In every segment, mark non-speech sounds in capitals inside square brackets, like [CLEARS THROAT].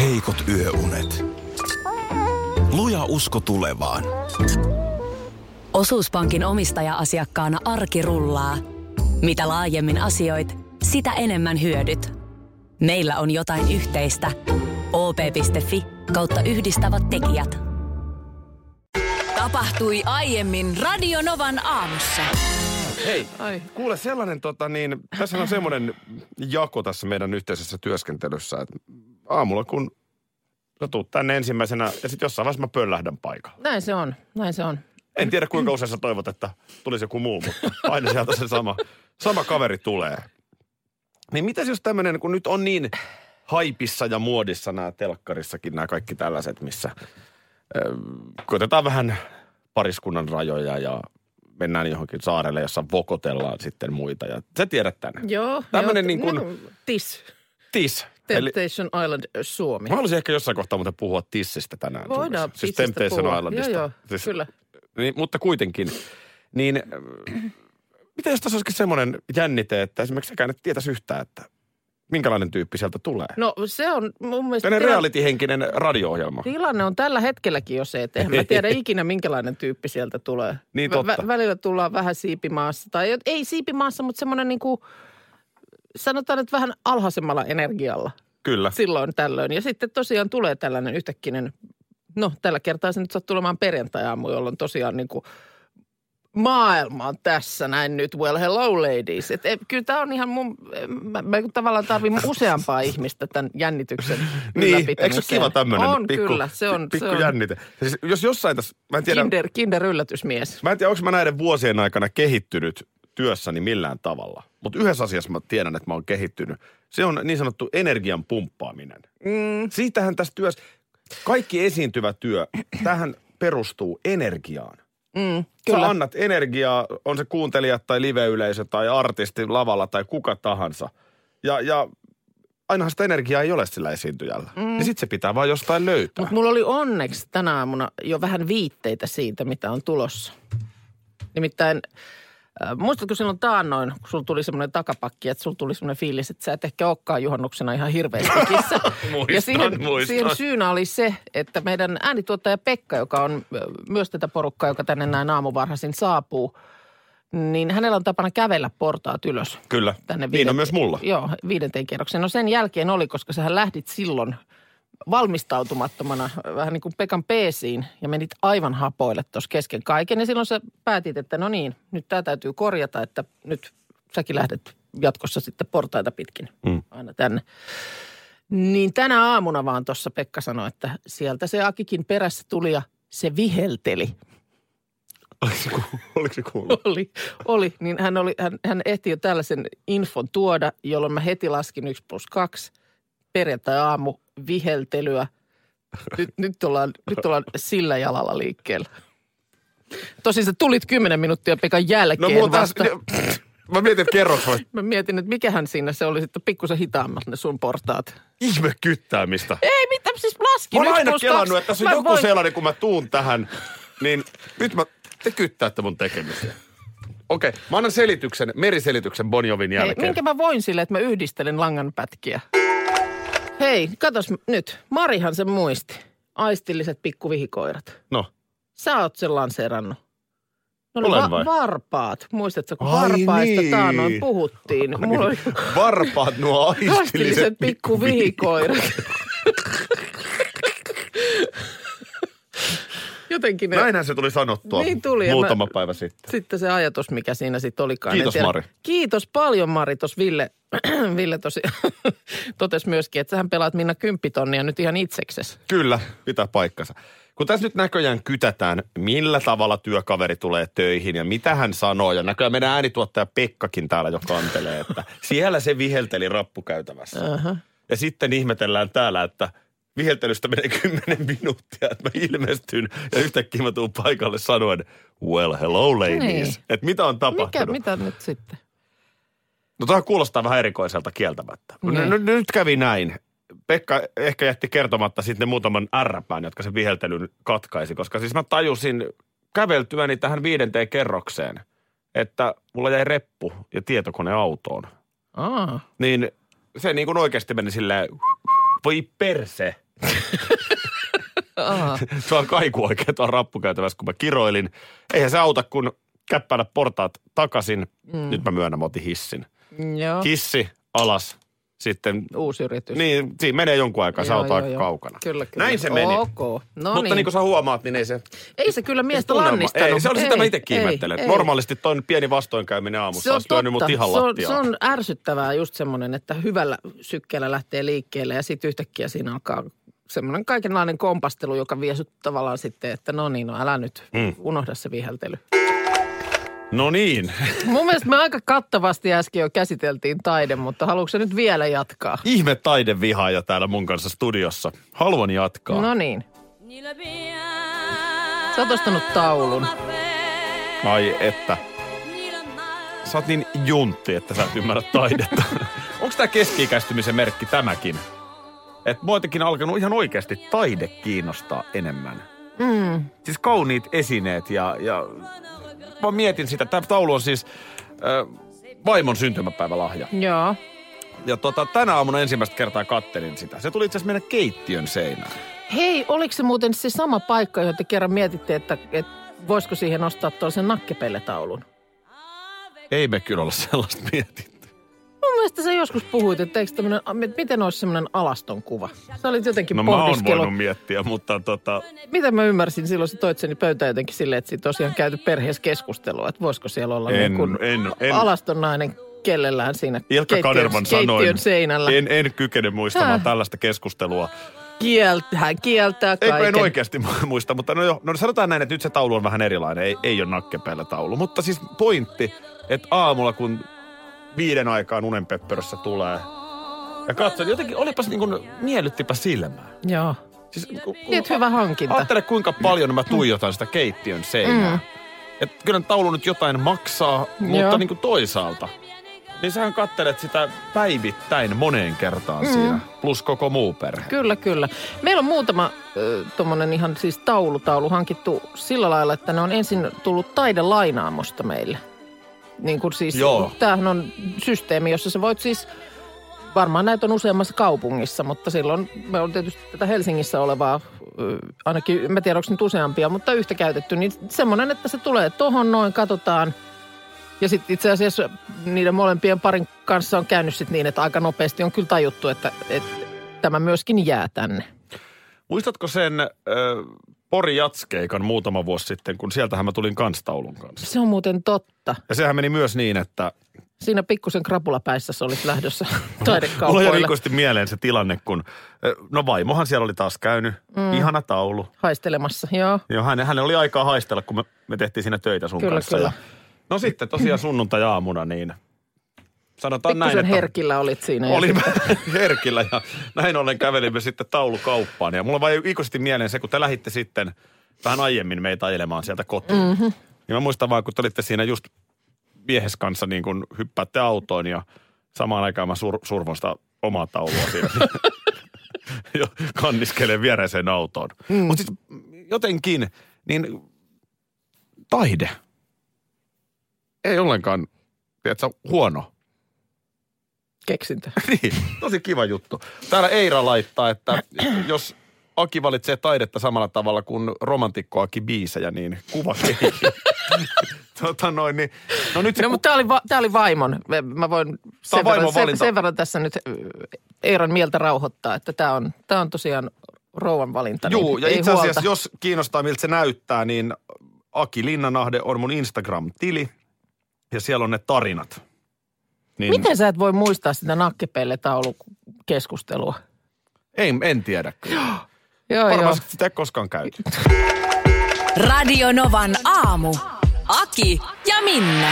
heikot yöunet. Luja usko tulevaan. Osuuspankin omistaja-asiakkaana arki rullaa. Mitä laajemmin asioit, sitä enemmän hyödyt. Meillä on jotain yhteistä. op.fi kautta yhdistävät tekijät. Tapahtui aiemmin Radionovan aamussa. Hei, Ai. kuule sellainen, tota, niin, tässä on semmoinen jako tässä meidän yhteisessä työskentelyssä, että aamulla kun sä tuut tänne ensimmäisenä ja sitten jossain vaiheessa mä pöllähdän paikalla. Näin se on, näin se on. En tiedä kuinka usein sä toivot, että tulisi joku muu, mutta aina sieltä se sama, sama kaveri tulee. Niin mitäs jos tämmöinen, kun nyt on niin haipissa ja muodissa nämä telkkarissakin nämä kaikki tällaiset, missä ö, koitetaan vähän pariskunnan rajoja ja mennään johonkin saarelle, jossa vokotellaan sitten muita. Ja sä tiedät tämän. Joo. Tämmönen joo, niin kuin- no, TIS, TIS. Eli, Temptation Island ö, Suomi. mä haluaisin ehkä jossain kohtaa muuten puhua tissistä tänään. sun Voidaan kanssa. Siis tissistä Temptation puhua. Islandista. Joo, joo, siis, kyllä. Niin, mutta kuitenkin, niin [CLEARS THROAT] äh, mitä jos tässä olisikin semmoinen jännite, että esimerkiksi sekään et tietäisi yhtään, että minkälainen tyyppi sieltä tulee. No se on mun mielestä... Tällainen tila- reality-henkinen radio-ohjelma. Tilanne on tällä hetkelläkin jo se, että en [LAUGHS] mä tiedä ikinä minkälainen tyyppi sieltä tulee. Niin, Vä- totta. Vä- välillä tullaan vähän siipimaassa, tai jo- ei siipimaassa, mutta semmoinen niin kuin, sanotaan, että vähän alhaisemmalla energialla Kyllä. silloin tällöin. Ja sitten tosiaan tulee tällainen yhtäkkinen, no tällä kertaa se nyt sattuu tulemaan perjantai-aamu, jolloin tosiaan niin kuin maailma on tässä näin nyt, well hello ladies. Et, et, kyllä tämä on ihan mun, mä, mä tavallaan tarvin useampaa ihmistä tämän jännityksen Niin, ylläpitämiseen. eikö se ole kiva tämmöinen? On kyllä, se on. Pikku se on. jännite. Siis jos jossain tässä, mä en tiedä, Kinder, kinder yllätysmies. Mä en tiedä, onko mä näiden vuosien aikana kehittynyt työssäni millään tavalla. Mutta yhdessä asiassa mä tiedän, että mä oon kehittynyt. Se on niin sanottu energian pumppaaminen. Mm. Siitähän tässä työssä, kaikki esiintyvä työ, [CLEARS THROAT] tähän perustuu energiaan. Mm, Kyllä. Sä kyllä. annat energiaa, on se kuuntelijat tai liveyleisö tai artisti lavalla tai kuka tahansa. Ja, ja ainahan sitä energiaa ei ole sillä esiintyjällä. Mm. Niin sit se pitää vaan jostain löytää. Mutta mulla oli onneksi tänä aamuna jo vähän viitteitä siitä, mitä on tulossa. Nimittäin, äh, muistatko silloin taannoin, kun sulla tuli semmoinen takapakki, että sulla tuli semmoinen fiilis, että sä et ehkä olekaan juhannuksena ihan hirveästi kissa. [LAUGHS] Muistan, ja siihen, muistan. siihen syynä oli se, että meidän äänituottaja Pekka, joka on äh, myös tätä porukkaa, joka tänne näin aamuvarhaisin saapuu, niin hänellä on tapana kävellä portaat ylös. Kyllä, tänne niin on myös mulla. Joo, viidenteen kierrokseen. No sen jälkeen oli, koska sähän lähdit silloin valmistautumattomana vähän niin kuin Pekan peesiin ja menit aivan hapoille tuossa kesken kaiken. Ja silloin sä päätit, että no niin, nyt tämä täytyy korjata, että nyt säkin lähdet jatkossa sitten portaita pitkin Mm. aina tänne. Niin tänä aamuna vaan tuossa Pekka sanoi, että sieltä se Akikin perässä tuli ja se vihelteli. Oliko se kuul- Oliko se kuullut? Oli, oli. Niin hän, oli, hän, hän ehti jo tällaisen infon tuoda, jolloin mä heti laskin 1 plus 2. Perjantai-aamu, viheltelyä. Nyt, nyt, ollaan, nyt ollaan sillä jalalla liikkeellä. Tosin sä tulit 10 minuuttia Pekan No jälkeen mulla no, taas, vasta. Taas... [CLEARS THROAT] mä mietin, että kerroks vai Mä mietin, että mikähän siinä se oli sitten pikkusen hitaammat ne sun portaat. ihme kyttäämistä. Ei mitään, siis laskin Mä oon 1 aina plus kelannut, kaksi. että tässä on Mä joku voin- sellainen, kun mä tuun tähän, niin nyt mä, te kyttäätte mun tekemisiä. Okei, mä annan selityksen, meriselityksen Bonjovin Hei, jälkeen. minkä mä voin sille, että mä yhdistelen langanpätkiä? Hei, katos m- nyt. Marihan sen muisti. Aistilliset pikkuvihikoirat. No, Sä oot sen lanseerannut. No Olen niin, vai? varpaat. Muistatko, kun Ai varpaista niin. taanoin puhuttiin? Mulla oli varpaat nuo [LAUGHS] aistilliset aistilliset pikkuvihikoirat. [LAUGHS] Jotenkin ne... Näinhän se tuli sanottua Niin tuli, ja muutama mä- päivä sitten. Sitten se ajatus, mikä siinä sitten olikaan. Kiitos, En tiedä. Mari. Kiitos paljon Mari. Tuossa Ville, [CLEARS THROAT] Ville tosi [LAUGHS] totesi myöskin, että sähän pelaat Minna kymppitonnia nyt ihan itseksesi. Kyllä, pitää paikkansa. Kun tässä nyt näköjään kytätään, millä tavalla työkaveri tulee töihin ja mitä hän sanoo. Ja näköjään meidän äänituottaja Pekkakin täällä jo kantelee, että siellä se vihelteli rappukäytävässä. Aha. Ja sitten ihmetellään täällä, että viheltelystä menee 10 minuuttia, että mä ilmestyn ja yhtäkkiä mä tuun paikalle sanoen, well hello ladies. Niin. Että mitä on Mikä, tapahtunut? mitä nyt sitten? No tämä kuulostaa vähän erikoiselta kieltämättä. Niin. No, no, nyt kävi näin. Pekka ehkä jätti kertomatta sitten muutaman ärräpään, jotka sen viheltelyn katkaisi, koska siis mä tajusin käveltyäni tähän viidenteen kerrokseen, että mulla jäi reppu ja tietokone autoon. Aa. Niin se niin kuin oikeasti meni silleen, voi perse. [LAUGHS] Aha. se on kaiku oikein tuolla rappukäytävässä, kun mä kiroilin. Eihän se auta, kun käppäillä portaat takaisin. Mm. Nyt mä myönnän, mä otin hissin. Joo. Hissi alas, sitten... Uusi yritys. Niin, siinä menee jonkun aikaa, sä Joo, oot joo, aika joo. kaukana. Kyllä, kyllä. Näin se meni. Ok. No Mutta niin. niin kuin sä huomaat, niin ei se... Ei se kyllä miestä tunnelma- lannistanut. Ei, se oli sitä mä itsekin ei, ihmettelen. ei. Normaalisti toi pieni vastoinkäyminen aamussa Se on olisi lyönyt mut totta. ihan se, on, lattiaan. se on ärsyttävää just semmoinen, että hyvällä sykkeellä lähtee liikkeelle ja sitten yhtäkkiä siinä alkaa semmoinen kaikenlainen kompastelu, joka vie sut tavallaan sitten, että no niin, no älä nyt Mm. mm. unohda se viheltely. No niin. [LAUGHS] Mun mielestä me aika kattavasti äsken jo käsiteltiin taide, mutta haluatko sä nyt vielä jatkaa? Ihme taidevihaaja täällä mun kanssa studiossa. Haluan jatkaa. No niin. Sä oot ostanut taulun. Ai että. Sä oot niin juntti, että sä et ymmärrä [LAUGHS] taidetta. Onko tämä keski-ikäistymisen merkki tämäkin? Et muitakin alkanut ihan oikeasti taide kiinnostaa enemmän. Mm. Siis kauniit esineet ja, ja mä mietin sitä. Tämä taulu on siis äh, vaimon syntymäpäivälahja. Joo. Ja tota, tänä aamuna ensimmäistä kertaa kattelin sitä. Se tuli itse asiassa meidän keittiön seinään. Hei, oliko se muuten se sama paikka, johon te kerran mietitte, että, että voisiko siihen ostaa tuollaisen nakkipelletaulun? Ei me kyllä olla sellaista mietitty. Mun mielestä sä joskus puhuit, että, eikö tämmönen, että miten olisi semmoinen alaston kuva. Sä olit jotenkin No mä oon pohdiskellut. voinut miettiä, mutta tota, Mitä mä ymmärsin silloin, sä toit sen niin pöytään jotenkin silleen, että siitä tosiaan käyty perheessä keskustelua, että voisiko siellä olla En- niin kuin en- en- alaston nainen kellellään siinä Ilkka keittiön- Kanervan sanoin, keittiön seinällä. Ah. en, en kykene muistamaan Häh. tällaista keskustelua. Kielt, hän kieltää Eikö kaiken. en oikeasti mu- muista, mutta no, jo, no sanotaan näin, että nyt se taulu on vähän erilainen, ei, ei ole nakkepeillä taulu. Mutta siis pointti, että aamulla kun viiden aikaan unenpöppörössä tulee ja katson, jotenkin olipas niin kuin, miellyttipä silmää. Joo. Siis, kun, kun- Tiet hyvä hankinta. Ajattele, kuinka paljon mä tuijotan sitä keittiön seinää. Mm. Et kyllä taulu nyt jotain maksaa, mutta Joo. niin kuin toisaalta. Niin sähän kattelet sitä päivittäin moneen kertaan mm. siinä, plus koko muu perhe. Kyllä, kyllä. Meillä on muutama äh, tuommoinen ihan siis taulutaulu hankittu sillä lailla, että ne on ensin tullut taidelainaamosta meille. Niin kuin siis, Joo. tämähän on systeemi, jossa sä voit siis, varmaan näitä on useammassa kaupungissa, mutta silloin me on tietysti tätä Helsingissä olevaa, ö, ainakin en mä tiedä onko nyt useampia, mutta yhtä käytetty, niin semmoinen, että se tulee tohon noin, katsotaan. Ja sitten itse asiassa niiden molempien parin kanssa on käynyt sit niin, että aika nopeasti on kyllä tajuttu, että, että tämä myöskin jää tänne. Muistatko sen äh, Pori Jatskeikan muutama vuosi sitten, kun sieltähän mä tulin kans taulun kanssa. Se on muuten totta. Ja sehän meni myös niin, että Siinä pikkusen krapulapäissä sä olit lähdössä [LAUGHS] mulla jäi taidekaupoille ikuisesti mieleen se tilanne, kun äh, no vaimohan siellä oli taas käynyt, mm. ihana taulu. haistelemassa. Joo. Joo, hänen, hänen oli aikaa haistella, kun me, me tehtiin siinä töitä sun Kyllä, kanssa. kyllä. no sitten tosiaan sunnuntai-aamuna, niin sanotaan näin, Pikkusen että herkillä olit siinä. ja olimme [LAUGHS] herkillä ja näin ollen kävelimme sitten taulukauppaan. Ja mulla vai ikuisesti mieleen se, kun te lähditte sitten vähän aiemmin meitä ajelemaan sieltä kotiin. Mm-hmm. Niin mä muistan vaan, kun te olitte siinä just miehes kanssa niin kun hyppäätte autoon ja samaan aikaan mä sur, survon sitä omaa taulua siinä. [LAUGHS] Jo- Kanniskelen viereiseen autoon. Mm. Mutta siis jotenkin, niin taide ei ollenkaan, tiedätkö, huono Keksintö. [LAUGHS] niin, tosi kiva juttu. Täällä Eira laittaa, että jos Aki valitsee taidetta samalla tavalla kuin romantikko Aki biisejä, niin kuva [LAUGHS] tota noin, niin, no nyt se No, mutta tämä oli, va- tää oli vaimon. Mä voin sen, vaimon verran, sen, valinta. sen verran tässä nyt ö, Eeron mieltä rauhoittaa, että tämä on, tää on tosiaan rouvan valinta. Juu, niin ja ei itse asiassa, huolta. jos kiinnostaa miltä se näyttää, niin Aki Linnanahde on mun Instagram-tili ja siellä on ne tarinat. Niin, Miten sä et voi muistaa sitä nakkipelletaulukeskustelua? Ei, en tiedä kyllä. Joo, joo. Varmaan sitä ei koskaan käyty. Radio Novan aamu. Aki ja Minna.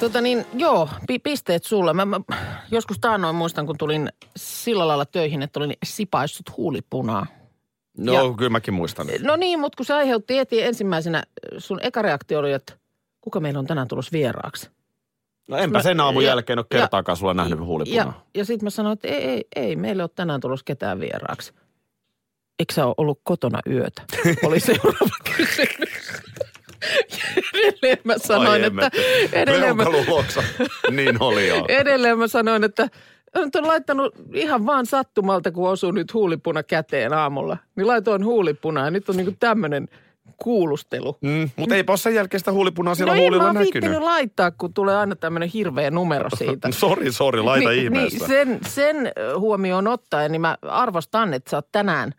Tota niin, joo, pi- pisteet sulle. Mä, mä joskus taannoin muistan, kun tulin sillä lailla töihin, että olin sipaissut huulipunaa. No, ja. kyllä mäkin muistan. No niin, mutta kun se aiheutti heti ensimmäisenä, äh, sun eka reaktio oli, että kuka meillä on tänään tulossa vieraaksi? No enpä sen aamun ja- jälkeen ole ja- kertaakaan sulla nähnyt huulipunaa. Ja, ja sitten mä sanoin, että ei, ei, ei, meillä ole tänään tulossa ketään vieraaksi. Eikö sä ole ollut kotona [LAUGHS] yötä? Oli seuraava kysymys. edelleen mä sanoin, Ai tota että... emmetti. Edelleen mä, [LAUGHS] Peukalon luokse. niin oli joo. edelleen mä sanoin, että Nyt on laittanut ihan vaan sattumalta, kun osuu nyt huulipuna käteen aamulla. Niin laitoin huulipunaa ja nyt on niinku tämmöinen kuulustelu. Mm, mutta eipä ole sen jälkeen sitä huulipunaa siellä no ei, mä huulilla [LAUGHS] oon näkynyt. No viittinyt laittaa, kun tulee aina tämmöinen [LAUGHS] hirveä numero siitä. Sori, sori, laita Niin- ihmeessä. Niin, sen, sen huomioon ottaen, niin mä arvostan, että sä oot tänään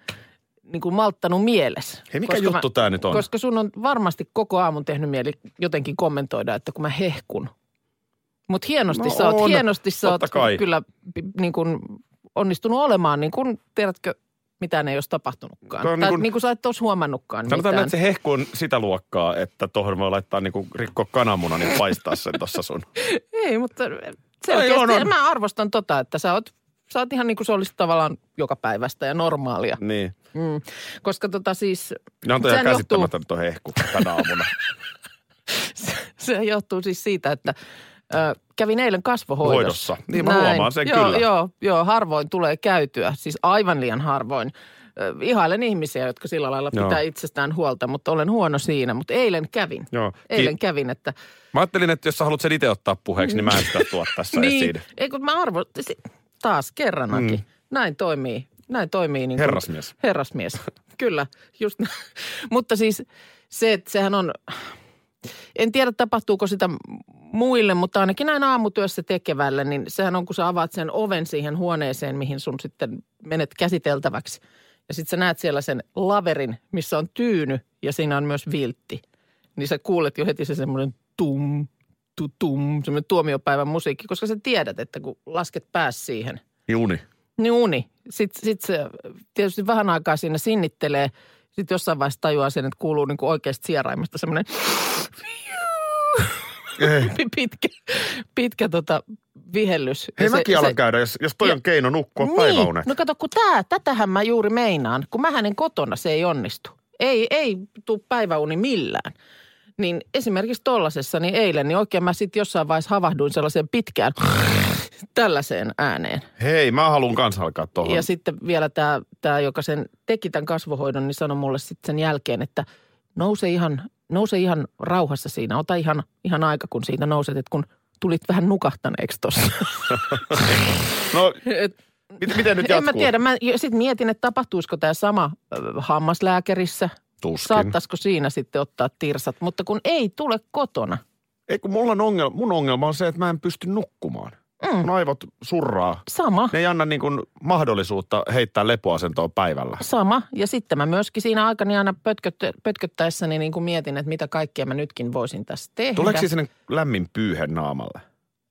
niin kuin malttanut mieles. Hei, mikä juttu tää nyt on? Koska sun on varmasti koko aamun tehnyt mieli jotenkin kommentoida, että kun mä hehkun. Mutta hienosti No sä oot, on, hienosti sä oot totta kai. kyllä pi- niin kuin onnistunut olemaan, niin kuin tiedätkö, mitään ei olisi Tää tapahtunutkaan. Tai on niin niin kuin, kun- niin kuin sä et olisi huomannutkaan Sanotaan, mitään. että se hehku on sitä luokkaa, että tuohon voi laittaa niinku rikkoa kananmunan ja paistaa sen tossa sun. [LAUGHS] Ei, mutta selkeästi on, on. mä arvostan tota, että sä oot, sä oot ihan niin kuin se olisi tavallaan joka päivästä ja normaalia. Niin. Mm. Koska tota siis, Ne on toi ihan Sehän johtuu- käsittämätöntä tuo hehku kanaamuna. [LAUGHS] se johtuu siis siitä, että ö, kävin eilen kasvohoidossa. Hoidossa. Niin, mä huomaan sen joo, kyllä. Joo, joo, harvoin tulee käytyä, siis aivan liian harvoin. Ö, Ihailen ihmisiä, jotka sillä lailla Joo. pitää itsestään huolta, mutta olen huono siinä. Mutta eilen kävin. Joo. Ki- Eilen kävin, että Mä ajattelin, että jos sä haluat sen itse ottaa puheeksi, niin mä en sitä tuo tässä niin, esiin. ei kun mä arvo, si- taas kerranakin. Mm. Näin toimii, näin toimii. Niin kuin- Herrasmies. Herrasmies, [LAUGHS] kyllä, just nä- [LAUGHS] Mutta siis se, että sehän on, en tiedä tapahtuuko sitä muille, mutta ainakin näin aamutyössä tekevälle, niin sehän on, kun sä avaat sen oven siihen huoneeseen, mihin sun sitten menet käsiteltäväksi. Ja sitten sä näet siellä sen laverin, missä on tyyny ja siinä on myös viltti. Niin sä kuulet jo heti se semmoinen tum, tu, tum, semmoinen tuomiopäivän musiikki, koska sä tiedät, että kun lasket pääs siihen, Juni. niin uni. Sitten sit se tietysti vähän aikaa siinä sinnittelee. Sitten jossain vaiheessa tajuaa sen, että kuuluu niinku oikeasta sieraimesta semmoinen [LAUGHS] pitkä, pitkä tota vihellys. Ja Hei, se- mäkin alan se- käydä, jos, jos toi Ja- on keino nukkua niin. päiväunet. No kato, kun tää, tätähän mä juuri meinaan. Kun mä hänen kotona se ei onnistu. Ei, ei tuu päiväuni millään. Niin esimerkiksi tollasessa, niin eilen, niin oikein mä sitten jossain vaiheessa havahduin sellaiseen pitkään [LAUGHS] tällaiseen ääneen. Hei, mä haluan kans alkaa tohon. Ja sitten vielä tämä, tää, joka sen teki tämän kasvohoidon, niin sanoi mulle sitten sen jälkeen, että nouse ihan, nouse ihan rauhassa siinä. Ota ihan, ihan aika, kun siitä nouset, että kun tulit vähän nukahtaneeksi tuossa. [LAUGHS] No, Et- mit, miten nyt jatkuu? en mä tiedä. Mä sitten mietin, että tapahtuisiko tämä sama ö, hammaslääkärissä. Tuskin. Saattaisiko siinä sitten ottaa tirsat, mutta kun ei tule kotona. Ei, kun mulla on ongelma, mun ongelma on se, että mä en pysty nukkumaan. Mm. Mm. Mun aivot surraa. Sama. Ne ei anna niin kuin mahdollisuutta heittää lepoasentoon päivällä. Sama. Ja sitten mä myöskin siinä aikana aina pötköt- pötköttäessäni niin kuin mietin, että mitä kaikkea mä nytkin voisin tässä tehdä. Tuleeko siis sinne lämmin pyyhe naamalle?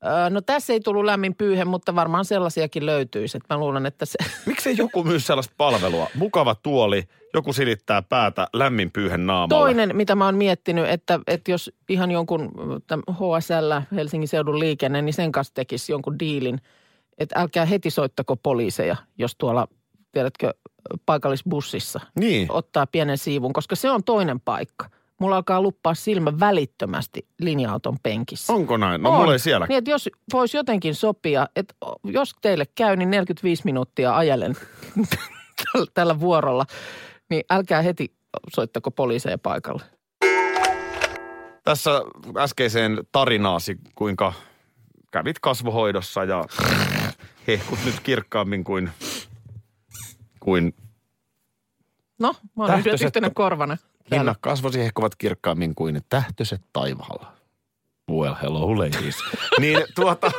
Öö, No tässä ei tullut lämmin pyyhe, mutta varmaan sellaisiakin löytyisi. Että mä luulen, että se... Miksei joku myy sellaista palvelua? Mukava tuoli, joku silittää päätä lämmin pyyhen naamalle. Toinen, mitä mä oon miettinyt, että, että jos ihan jonkun mm, täm- HSL, Helsingin seudun liikenne, niin sen kanssa tekisi jonkun diilin, että älkää heti soittako poliiseja, jos tuolla, tiedätkö, paikallisbussissa Niin. ottaa pienen siivun, koska se on toinen paikka. Mulla alkaa luppaa silmä välittömästi linja-auton penkissä. Onko näin? No On. mulla ei siellä. Niin, että jos voisi jotenkin sopia, että jos teille käy, niin 45 minuuttia ajelen [LAUGHS] tällä- tällä vuorolla, niin älkää heti soittako poliiseja paikalle. Tässä äskeiseen tarinaasi, kuinka kävit kasvohoidossa ja hehkut nyt kirkkaammin kuin, kuin No, mä oon Tähtöiset- yhtenä korvana. täällä. Minna kasvosi hehkuvat kirkkaammin kuin tähtöset taivaalla. Well, hello ladies. [LAUGHS] niin, tuota,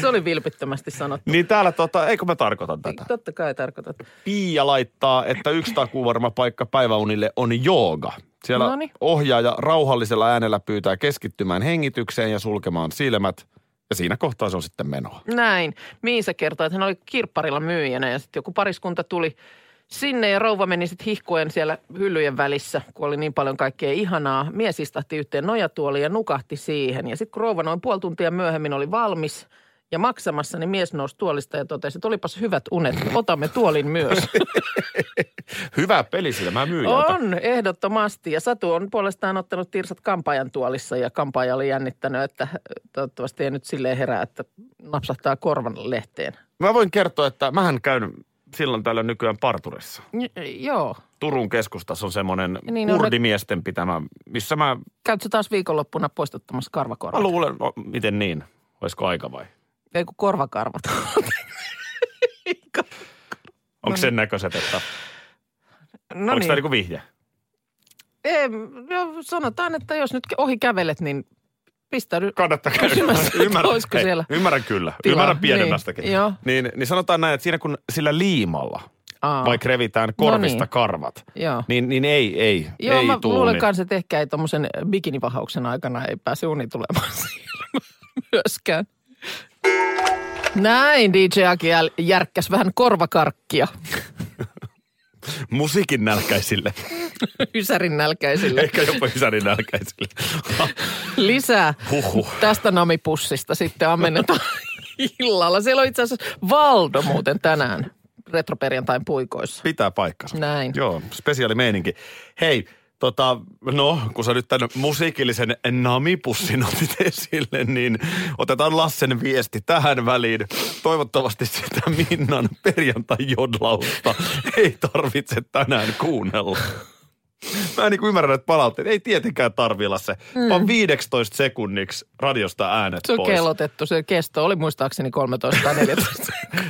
Se oli vilpittömästi sanottu. niin täällä, tuota, eikö mä tarkoitan tätä? Totta kai tarkoitat. Pia laittaa, että yksi takuvarma paikka päiväunille on jooga. Siellä Noniin. ohjaaja rauhallisella äänellä pyytää keskittymään hengitykseen ja sulkemaan silmät. Ja siinä kohtaa se on sitten menoa. Näin. Miisa kertoi, että hän oli kirpparilla myyjänä ja sitten joku pariskunta tuli sinne ja rouva meni sitten hihkoen siellä hyllyjen välissä, kun oli niin paljon kaikkea ihanaa. Mies istahti yhteen nojatuoliin ja nukahti siihen. Ja sitten kun rouva noin puoli tuntia myöhemmin oli valmis ja maksamassa, niin mies nousi tuolista ja totesi, että olipas hyvät unet, otamme tuolin myös. Hyvä peli sillä, mä myyn On, ehdottomasti. Ja Satu on puolestaan ottanut tirsat kampaajan tuolissa ja kampaaja oli jännittänyt, että äh, toivottavasti ei nyt silleen herää, että napsahtaa korvan lehteen. Mä voin kertoa, että mähän käyn silloin tällä nykyään parturissa. J- joo. Turun keskustassa on semmoinen Niin, niin, no ne- urdimiesten pitämä, missä mä Käytkö taas viikonloppuna poistuttamassa Mä karvakorvat? luulen, no, miten niin? Olisiko aika vai? Ei kun [LAUGHS] korvakarvat. Onko sen näköiset, että niin. no onko niin. tämä niinku vihje? niinku- Ei, no, sanotaan, että jos nyt ohi kävelet, niin pistäydy. Kannattaa [LAUGHS] käydä. Kysymässä, että olisiko hei, siellä Ymmärrän kyllä. tilaa. Ymmärrän pienemmästäkin. Niin, joo. Niin, niin sanotaan näin, että siinä kun sillä liimalla Aa, vaikka revitään korvista Ah. No niin. karvat, Joo. niin, niin ei, ei, Joo, ei mä tuu. luulen niin. kanssa, että ehkä ei tuommoisen bikinivahauksen aikana ei pääse uni tulemaan [LAUGHS] silmään myöskään. Näin, DJ Aki jäl- järkkäs vähän korvakarkkia [LAUGHS] Musiikin nälkäisille. [LAUGHS] Ysärin nälkäisille. Ehkä jopa Ysärin nälkäisille. [LAUGHS] Lisää Huhhuh. tästä namipussista [LAUGHS] sitten ammennetaan illalla. Siellä on itse asiassa Valdo muuten tänään retroperjantain puikoissa. Pitää paikkansa. Näin. Joo, spesiaali meininki. Hei, tota, no, kun sä nyt tämän musiikillisen namipussin otit esille, niin otetaan Lassen viesti tähän väliin. Toivottavasti sitä Minnan perjantai-jodlausta ei tarvitse tänään kuunnella. Mä en niin ymmärrä, että palautteet. Ei tietenkään tarvi Lasse, mm. vaan 15 sekunniksi radiosta äänet Se on pois. kellotettu, se kesto oli muistaakseni 13 [LAUGHS] tai 14.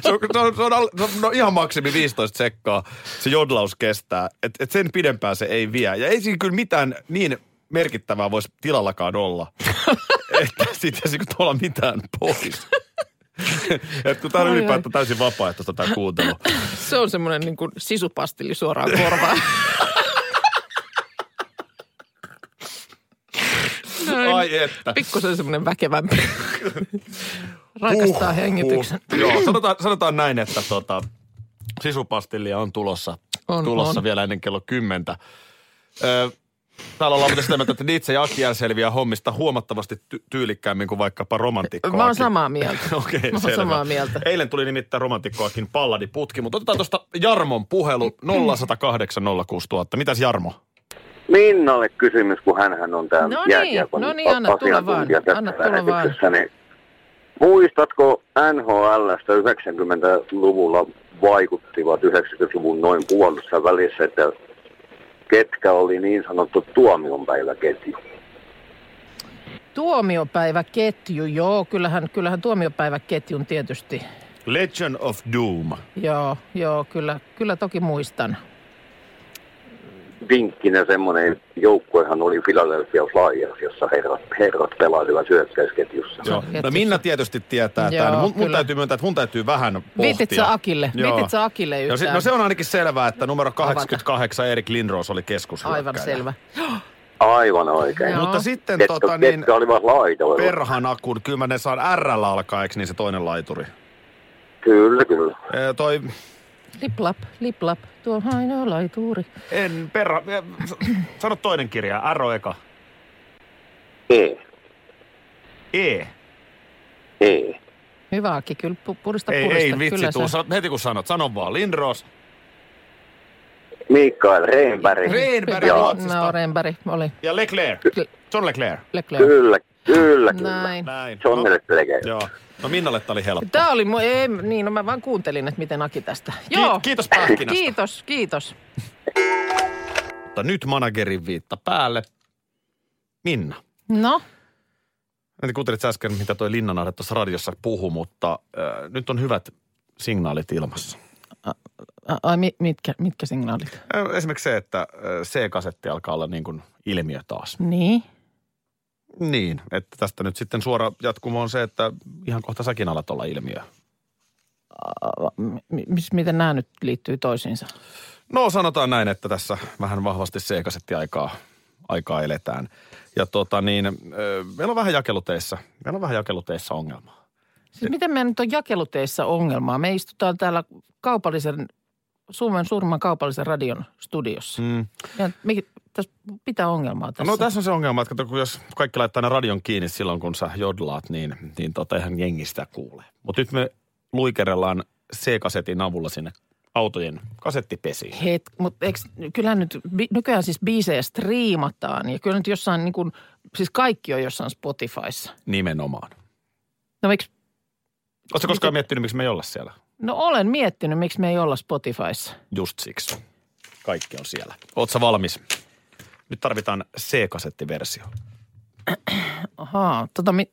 se on, se on, se on, alle- se on no ihan maksimi 15 sekkaa se jodlaus kestää. Et, et sen pidempään se ei vie. Ja ei siinä kyllä mitään niin merkittävää voisi tilallakaan [LAUGHS] olla. että siitä ei niinku tuolla mitään [LAUGHS] pois. Et kun tää on Ai ai. ylipäätään täysin vapaaehtoista tämä kuuntelu. Se on semmoinen niin kuin sisupastili suoraan korvaan. [LAUGHS] Näin. Ai että. Pikkusen semmoinen väkevämpi. [LAUGHS] Rakastaa hengityksen. Huh. Uhuh, Joo, sanotaan, sanotaan näin, että tota, sisupastillia on tulossa, On, on, tulossa on. on. vielä ennen kello kymmentä. Ö, täällä ollaan muuten sitä mieltä, että Nietzsche ja Akiel selviää hommista huomattavasti ty- tyylikkäämmin kuin vaikkapa romantikkoakin. Mä oon samaa mieltä. [LAUGHS] Okei, Mä oon selvä. samaa mieltä. Eilen tuli nimittäin romantikkoakin palladiputki, mutta otetaan tuosta Jarmon puhelu 0108 06000. Mitäs Jarmo? Minnalle kysymys, kun hänhän on täällä No niin, jääkiekon no niin, anna tulla asiantuntija vaan, tässä anna tulla vaan. lähetyksessä, Niin muistatko NHLstä 90-luvulla vaikuttivat 90-luvun noin puolessa välissä, että ketkä oli niin sanottu tuomionpäiväketju? Tuomiopäiväketju, joo, kyllähän, kyllähän tuomiopäiväketjun tietysti. Legend of Doom. Joo, joo, kyllä, kyllä toki muistan. Vinkkinä semmoinen joukkuehan oli Philadelphia Flyers, jossa herrat, herrat pelasivat hyökkäysketjussa. Joo. No Ketjussa. Minna tietysti tietää Joo, tämän. Mun, mun kyllä. täytyy myöntää, että mun täytyy vähän pohtia. Viitit sä Akille? Joo. Viitit sä Akille No yhtään? se, no se on ainakin selvää, että numero 88 Erik Lindros oli keskushyökkäjä. Aivan selvä. Aivan oikein. Joo. Mutta sitten Ketkä, tota niin, ketkä olivat laitoilla? perhana, kun kyllä mä ne saan R alkaa, eikö niin se toinen laituri? Kyllä, kyllä. Ee, toi, Liplap, liplap, tuo ainoa laituuri. en perra, eh, s- sano toinen kirja, R on eka. Ei, E. ei. Hyvä Aki, kyllä pu- purista Ei, purista. ei vitsi, kyllä tuu, sä... heti kun sanot, sano vaan Lindros. Mikael Reinberg. Reinberg Joo. Ruotsista. No Renberg oli. Ja Leclerc, Le- John Leclerc. Leclerc. Kyllä, kyllä, kyllä. Näin. Näin. Se on meille selkeä. Joo. No Minnalle tää oli helppo. Tämä oli, mu- ei, niin no mä vaan kuuntelin, että miten Aki tästä. Joo, Kiit- kiitos pähkinästä. kiitos, kiitos. Mutta nyt managerin viitta päälle. Minna. No, Nyt kuuntelit sä äsken, mitä toi Linnanahde tuossa radiossa puhu, mutta äh, nyt on hyvät signaalit ilmassa. a- ai mi- mitkä, mitkä signaalit? Äh, Esimerkiksi se, että äh, C-kasetti alkaa olla niin kuin ilmiö taas. Niin, Niin, että tästä nyt sitten suora jatkumo on se, että ihan kohta säkin alat olla ilmiö. A- mi- mis- miten nämä nyt liittyy toisiinsa? No sanotaan näin, että tässä vähän vahvasti C-kasetti aikaa, aikaa eletään. Ja tota niin, äh, meillä on vähän jakeluteissa, meillä on vähän jakeluteissa ongelmaa. Siis miten meillä nyt on jakeluteissa ongelmaa? Me istutaan täällä kaupallisen, Suomen suurimman kaupallisen radion studiossa. Mm. Ja me, tässä pitää ongelmaa tässä. No tässä on se ongelma, että kato, kun jos kaikki laittaa aina radion kiinni silloin, kun sä jodlaat, niin, niin tota ihan jengistä kuulee. Mutta nyt me luikerellaan C-kasetin avulla sinne autojen kasettipesiin. Het, mutta eiks, kyllähän nyt, bi- nykyään siis biisejä striimataan ja kyllä nyt jossain niin kuin, siis kaikki on jossain Spotifyssa. Nimenomaan. No miksi, Oletko koskaan miettinyt, miksi me ei olla siellä? no olen miettinyt, miksi me ei olla Spotifyssa. Just siksi. Kaikki on siellä. Ootko valmis? Nyt tarvitaan C-kasettiversio. Ahaa, tota, mi,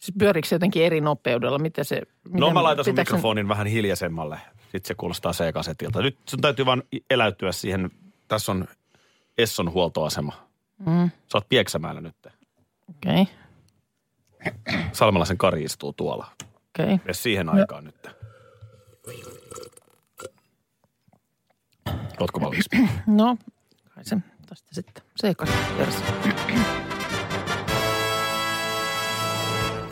Siis pyöriikö se jotenkin eri nopeudella? Mitä se, No miten- mä laitan sun pitääkö mikrofonin vähän hiljaisemmalle. Sitten se kuulostaa C-kasetilta. Nyt sun täytyy vaan eläytyä siihen. Tässä on Esson huoltoasema. Mm, Sä oot Pieksämäellä nyt. Okei, okay, Salmelaisen Kari istuu tuolla. okei. Okay. Mene siihen aikaan nyt. Ootko valmis? No, kai se tästä sitten. Seikas versio.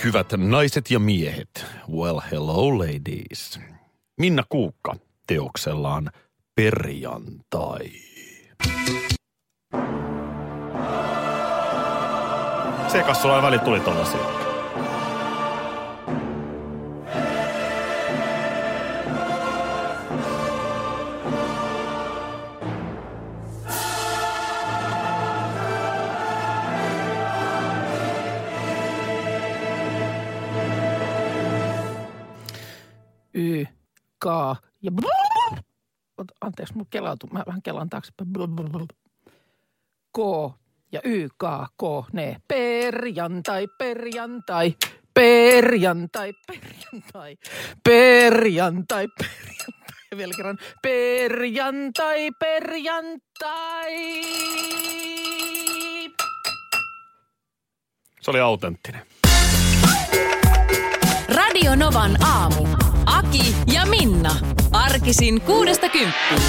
Hyvät naiset ja miehet, well hello ladies. Minna Kuukka teoksellaan Perjantai. Se kassulla väli tuli tollasia. Y, K ja Ota, Anteeksi, mulla kelautuu. Mä vähän kelaan taaksepäin. K ja Y, K, K, ne. Perjantai, perjantai, perjantai, perjantai, perjantai, perjantai. Ja vielä kerran. Perjantai, perjantai. Se oli autenttinen. Radio Novan aamu. Aki ja Minna. Arkisin kuudesta kymppiin.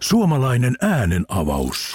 Suomalainen äänen avaus.